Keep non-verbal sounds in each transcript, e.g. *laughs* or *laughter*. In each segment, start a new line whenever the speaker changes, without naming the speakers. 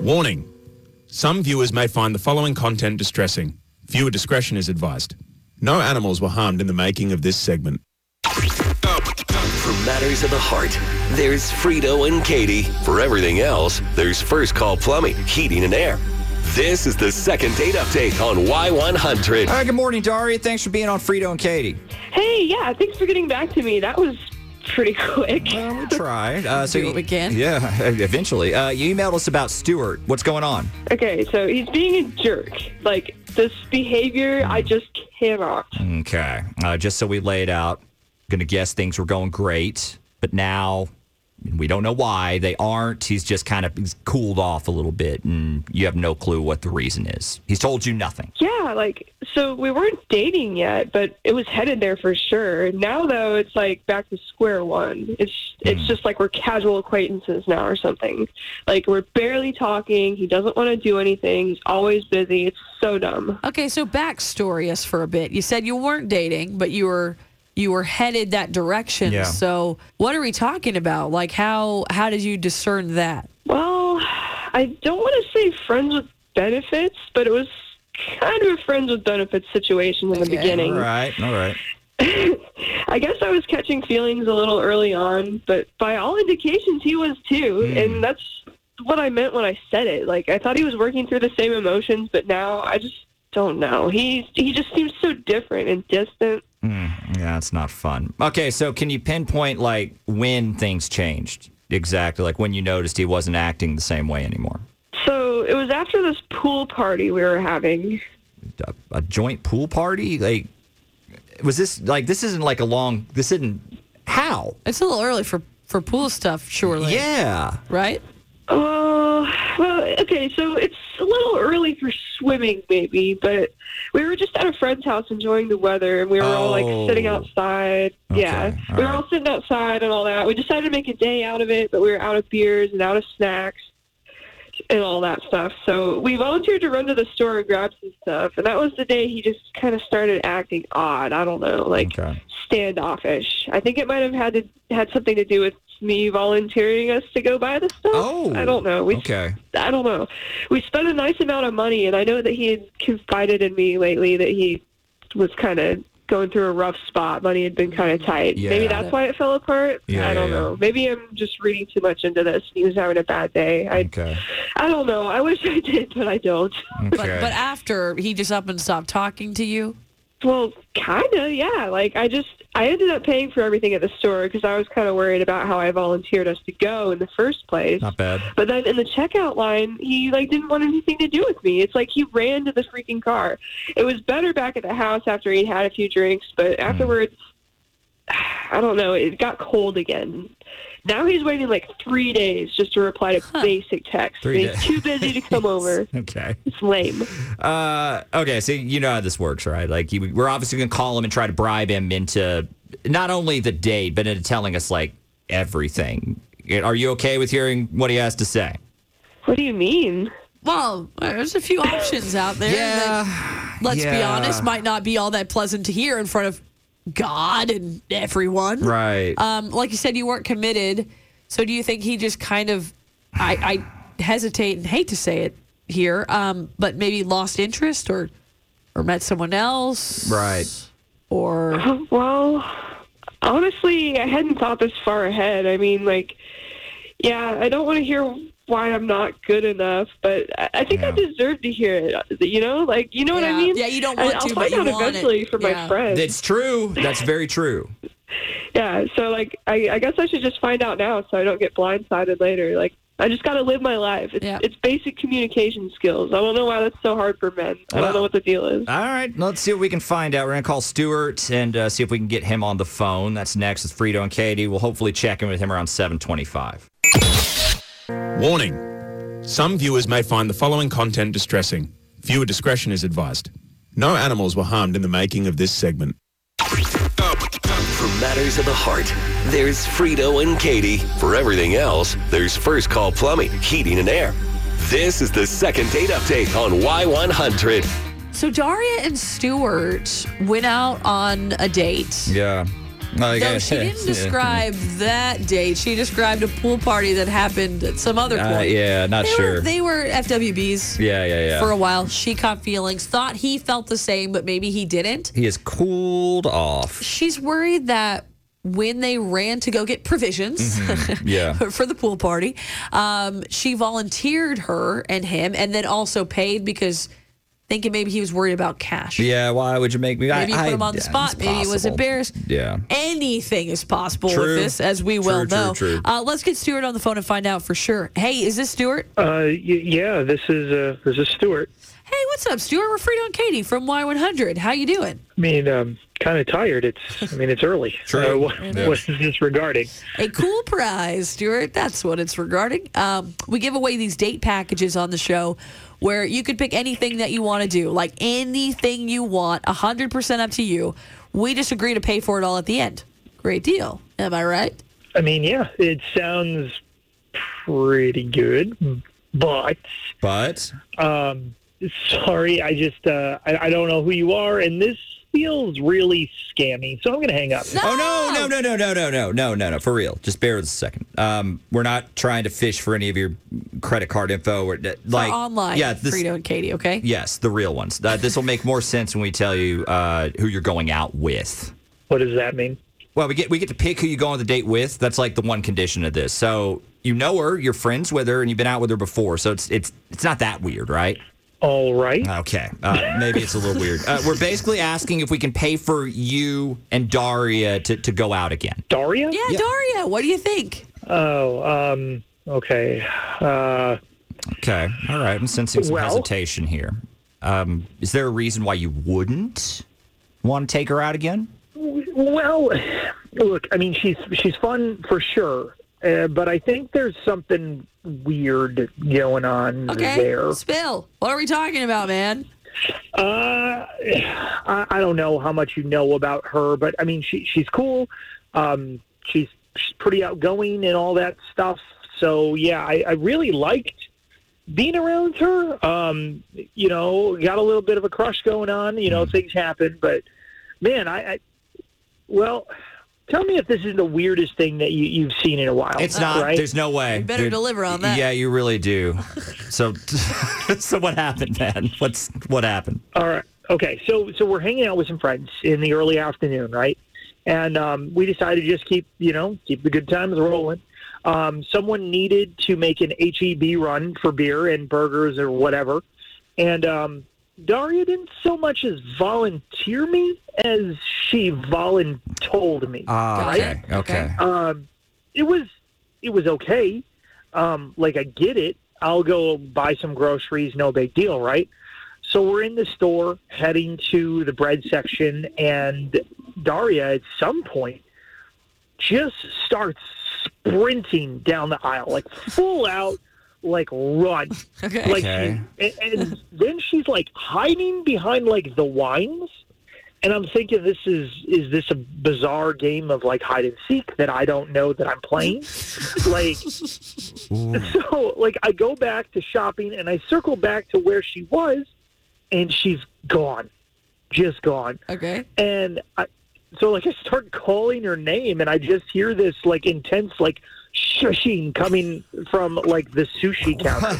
Warning Some viewers may find the following content distressing. Viewer discretion is advised. No animals were harmed in the making of this segment.
For matters of the heart, there's Frito and Katie. For everything else, there's First Call Plumbing, Heating and Air. This is the second date update on Y100.
All right, good morning, Daria. Thanks for being on Frito and Katie.
Hey, yeah, thanks for getting back to me. That was pretty *laughs* quick.
Well, we tried. Uh,
Do what we can.
Yeah, *laughs* eventually. Uh, you emailed us about Stuart. What's going on?
Okay, so he's being a jerk. Like, this behavior, I just cannot.
Okay. Uh, just so we lay it out, going to guess things were going great, but now we don't know why they aren't. He's just kind of he's cooled off a little bit, and you have no clue what the reason is. He's told you nothing.
Yeah, like, so we weren't dating yet, but it was headed there for sure. Now, though, it's like back to square one. It's it's just like we're casual acquaintances now or something. Like, we're barely talking. He doesn't want to do anything. He's always busy. It's so dumb.
Okay, so backstory us for a bit. You said you weren't dating, but you were you were headed that direction.
Yeah.
So what are we talking about? Like how how did you discern that?
Well, I don't want to say friends with benefits, but it was kind of a friends with benefits situation in the
Okay.
beginning.
All right. All right.
*laughs* I guess I was catching feelings a little early on, but by all indications, he was too. And that's what I meant when I said it. Like, I thought he was working through the same emotions, but now I just don't know. He, he just seems so different and distant.
Yeah, it's not fun. Okay, so can you pinpoint like when things changed exactly? Like when you noticed he wasn't acting the same way anymore?
So it was after this pool party we were having.
A, a joint pool party? Like, was this like this isn't like a long? This isn't how?
It's a little early for for pool stuff, surely.
Yeah.
Right?
Oh, well, okay, so it's a little early for swimming, maybe, but we were just at a friend's house enjoying the weather, and we were all
Oh.
like sitting outside. yeah,
Okay,
we were
all
all sitting outside and all that. We decided to make a day out of it, but we were out of beers and out of snacks and all that stuff. So we volunteered to run to the store and grab some stuff, and that was the day he just kind of started acting odd. I don't know, like
Okay.
standoffish. I think it might have had to had something to do with me volunteering us to go buy the stuff.
Oh,
I don't know. We
okay.
I don't know. We spent a nice amount of money, and I know that he had confided in me lately that he was kind of going through a rough spot. Money had been kind of tight.
Yeah.
Maybe that's why it fell apart.
Yeah,
I don't
yeah, yeah.
know. Maybe I'm just reading too much into this. He was having a bad day. I
Okay.
I don't know. I wish I did, but I don't. *laughs*
Okay.
But but after he just up and stopped talking to you.
Well, kind of, yeah. Like I just I ended up paying for everything at the store because I was kind of worried about how I volunteered us to go in the first place.
Not bad.
But then in the checkout line, he like didn't want anything to do with me. It's like he ran to the freaking car. It was better back at the house after he'd had a few drinks, but
Mm.
afterwards, *sighs* I don't know. It got cold again. Now he's waiting like three days just to reply to basic text.
Three
he's
days.
too busy
*laughs*
to come over.
Okay.
It's lame.
Uh, okay, so you know how this works, right? Like, you, we're obviously going to call him and try to bribe him into not only the date, but into telling us, like, everything. Are you okay with hearing what he has to say?
What do you mean?
Well, there's a few options out there. that, let's be
yeah.
honest, might not be all that pleasant to hear in front of God and everyone.
Right.
Um, like you said, you weren't committed. So do you think he just kind of, I, I hesitate and hate to say it here, um, but maybe lost interest or, or met someone else?
Right.
Or
Well, honestly, I hadn't thought this far ahead. I mean, like, yeah, I don't want to hear why I'm not good enough, but I, I think I
Yeah.
deserve to hear it. You know, like, you know what
Yeah.
I mean?
Yeah, you don't
And
want
I'll
to, but
find
you
out
want it.
eventually from
Yeah.
my friends.
That's true. That's very true.
yeah, so like, I, I guess I should just find out now so I don't get blindsided later. Like. I just got to live my life. It's,
Yeah.
it's basic communication skills. I don't know why that's so hard for men. I
Well-
don't know what the deal is.
All right, let's see what we can find out. We're going to call Stuart and uh, see if we can get him on the phone. That's next with Frito and Katie. We'll hopefully check in with him around 725.
Warning Some viewers may find the following content distressing. Viewer discretion is advised. No animals were harmed in the making of this segment.
For matters of the heart, there's Frito and Katie. For everything else, there's First Call Plumbing, Heating and Air. This is the second date update on Y100.
so Daria and Stuart went out on a date.
Yeah. Like
No,
I
she
said,
didn't
yeah.
describe that date. She described a pool party that happened at some other
Uh,
point.
yeah, not
they
sure.
Were, they were FWBs
yeah, yeah, yeah.
for a while. She caught feelings, thought he felt the same, but maybe he didn't.
he is cooled off.
She's worried that when they ran to go get provisions
Mm-hmm.
*laughs*
Yeah.
for the pool party, um, she volunteered her and him, and then also paid because thinking maybe he was worried about cash.
Yeah, why would you make me?
Maybe you put him on the spot. Maybe he was embarrassed.
Yeah.
Anything is possible
True.
with this, as we
True,
well
true,
know.
true.
Uh, let's get Stuart on the phone and find out for sure. Hey, is this Stuart?
Uh, y- yeah, this is uh, this is Stuart.
Hey, what's up, Stuart? We're Frito and Katie from Y100. How you doing?
I mean, um, kind of tired. It's I mean, it's early.
True.
Uh, what, what is this regarding?
A cool prize, Stuart. That's what it's regarding. Um, we give away these date packages on the show where you could pick anything that you want to do, like anything you want, 100% up to you. We just agree to pay for it all at the end. Great deal. Am I right?
I mean, yeah, it sounds pretty good, but
But
um, sorry, I just uh, I, I don't know who you are, and this feels really scammy. So I'm gonna hang up.
oh no, no, no, no, no, no, no, no, no, no, for real. Just bear with us a second. Um, we're not trying to fish for any of your credit card info or uh, like
Online,
Yeah, this,
Frito and Katie, okay?
yes, the real ones. Uh, this will make more sense when we tell you uh, who you're going out with.
What does that mean?
Well, we get we get to pick who you go on the date with. That's like the one condition of this. So you know her, you're friends with her, and you've been out with her before. So it's it's it's not that weird, right?
All right.
Okay, uh, maybe it's a little weird. Uh, we're basically asking if we can pay for you and Daria to, to go out again.
Daria?
Yeah, Daria, what do you think?
Oh, um, okay. Uh,
Okay, all right. I'm sensing some
Well-
hesitation here. Um, is there a reason why you wouldn't want to take her out again?
Well, look, I mean, she's she's fun for sure, uh, but I think there's something weird going on
Okay.
there.
Spill. What are we talking about, man?
Uh, I, I don't know how much you know about her, but I mean, she she's cool. Um, she's she's pretty outgoing and all that stuff. So yeah, I, I really liked being around her. Um, you know, got a little bit of a crush going on. You
Mm-hmm.
know, things happen, but man, I, I well. Tell me if this is the weirdest thing that you, you've seen in a while.
It's not.
Right?
There's no way.
You better
There-
deliver on that.
Yeah, you really *laughs* do. So, so what happened, man? What's what happened?
All right. Okay. So so we're hanging out with some friends in the early afternoon, right? And um, we decided to just keep you know keep the good times rolling. Um, someone needed to make an HEB run for beer and burgers or whatever, and um, Daria didn't so much as volunteer me as she voluntold me.
Ah,
Got
okay,
it.
okay.
Um, it was it was okay. Um, like I get it. I'll go buy some groceries. No big deal, right? So we're in the store heading to the bread section, and Daria at some point just starts sprinting down the aisle, like full out, like run.
Okay.
Like,
Okay.
she, and, and then she's like hiding behind like the wines, and I'm thinking, this is is this a bizarre game of like hide and seek that I don't know that I'm playing? like, *laughs* so like I go back to shopping and I circle back to where she was, and she's gone, just gone.
Okay.
And I, so like I start calling her name, and I just hear this like intense like shushing coming from like the sushi counter.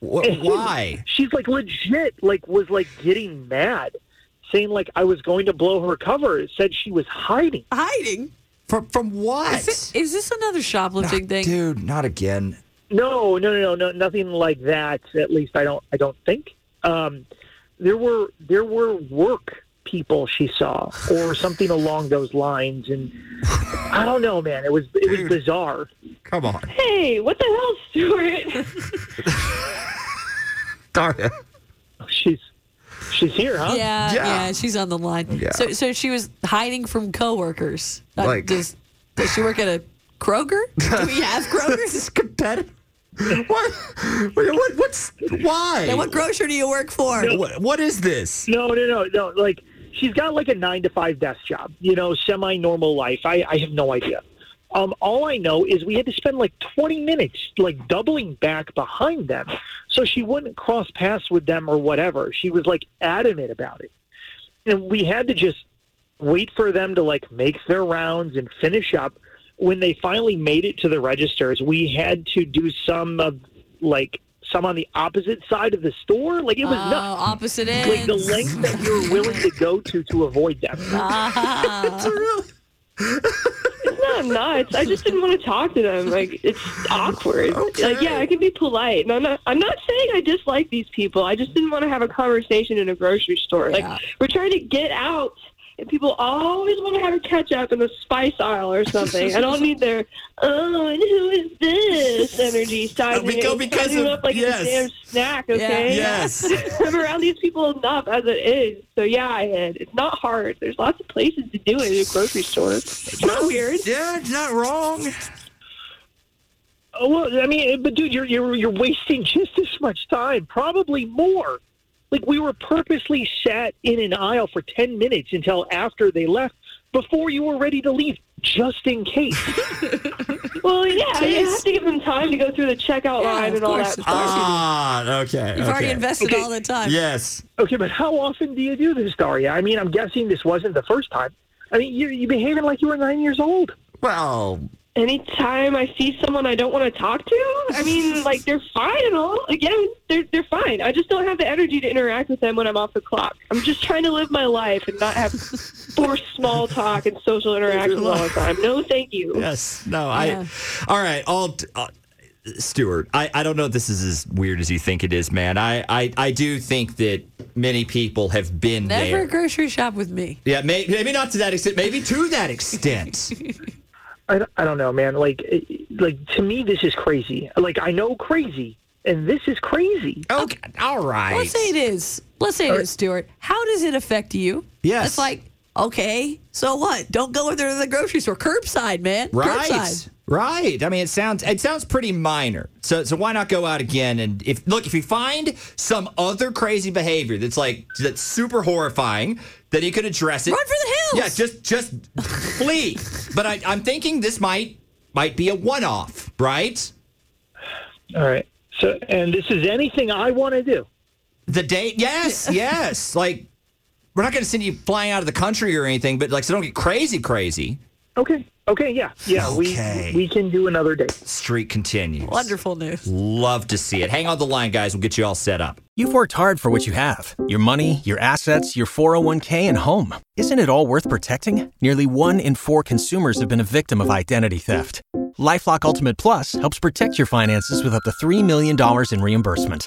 Wh- why?
She's like legit, like was like getting mad, saying like I was going to blow her cover. It said she was hiding.
Hiding.
From from what? Ah,
Is, it, is this another shoplifting thing?
Dude, not again.
No, no, no, no, no, nothing like that. At least I don't, I don't think. Um, there were there were work people she saw, or something along those lines, and I don't know, man. It was it was bizarre.
Come on,
Hey, what the hell, Stuart? *laughs*
Daria.
She's she's here, huh?
Yeah,
Uh, Yeah.
yeah, she's on the line.
Yeah.
So, so she was hiding from coworkers. Not
Like-
just- does she work at a
*laughs*
Kroger? Do we have Krogers?
competitive. What? what? What's why?
and what grocer do you work for?
what, what is this?
*laughs* No, no, no, no. Like she's got like a nine to five desk job, you know, semi normal life. I, I have no idea. Um, all I know is we had to spend like 20 minutes like doubling back behind them so she wouldn't cross paths with them or whatever. She was like adamant about it. And we had to just wait for them to like make their rounds and finish up. When they finally made it to the registers, we had to do some of like some on the opposite side of the store. Like it was
Oh,
nuts.
opposite
Like
ends.
the length that you're willing to go to to avoid them.
*laughs*
Ah.
No, I'm nuts. I just didn't want to talk to them. Like it's awkward. Like yeah, I can be polite. And I'm not. I'm not saying I dislike these people. I just didn't want to have a conversation in a grocery store. Like
Yeah.
we're trying to get out, and people always want to have a catch up in the spice aisle or something. I don't need their oh, and who is this energy sizing
because-
it-
because
sizing it
of-
up like
yes.
it's a damn snack. Okay,
Yes.
*laughs* I'm around these people enough as it is. So yeah, I had. It's not hard. There's lots of places to do it in a grocery store. It's not weird.
Yeah, it's not wrong.
Oh, well, I mean, but dude, you're you're you're wasting just as much time, probably more. Like we were purposely sat in an aisle for ten minutes until after they left, before you were ready to leave, just in case. *laughs*
Well, yeah, you have to give them time to go through the checkout
Yeah,
line
of
and all
course,
that.
of
stuff.
course.
Ah, okay.
You've already
okay.
invested all the time.
Yes.
okay, but how often do you do this, Daria? I mean, I'm guessing this wasn't the first time. I mean, you're, you're behaving like you were nine years old.
Well,
Anytime I see someone I don't want to talk to, I
*laughs*
mean, like they're fine and all. Again, they're they're fine. I just don't have the energy to interact with them when I'm off the clock. I'm just trying to live my life and not
*laughs*
have forced small talk and social interactions all the time. No, thank you.
yes. No,
Yeah.
I. All right. All. t- uh, Stuart, I, I don't know if this is as weird as you think it is, man. I, I, I do think that many people have been
Never
there.
grocery shop with me.
Yeah, may, maybe not to that extent. Maybe to that
*laughs*
extent.
I don't, I don't know, man. Like, it- like to me, this is crazy. Like, I know crazy, and this is crazy.
okay. All right.
Let's say it is. Let's say it is, Stuart. How does it affect you?
Yes.
It's like, okay, so what? Don't go with her to the grocery store. Curbside, man.
Right.
Curbside.
Right. I mean, it sounds it sounds pretty minor. So so why not go out again and if look if you find some other crazy behavior that's like that's super horrifying, then you could address it.
Run for the hills.
Yeah, just just flee. But I, I'm thinking this might might be a one off, right?
All right. So, and this is anything I want to do.
The date,
*laughs*
yes, yes. Like we're not going to send you flying out of the country or anything, but like so don't get crazy, crazy.
Okay. Okay. Yeah. Yeah.
Okay.
We we can do another day.
Street continues.
Wonderful news.
Love to see it. Hang on the line, guys. We'll get you all set up.
You've worked hard for what you have your money, your assets, your 401k, and home. Isn't it all worth protecting? Nearly one in four consumers have been a victim of identity theft. Lifelock Ultimate Plus helps protect your finances with up to $3 million in reimbursement.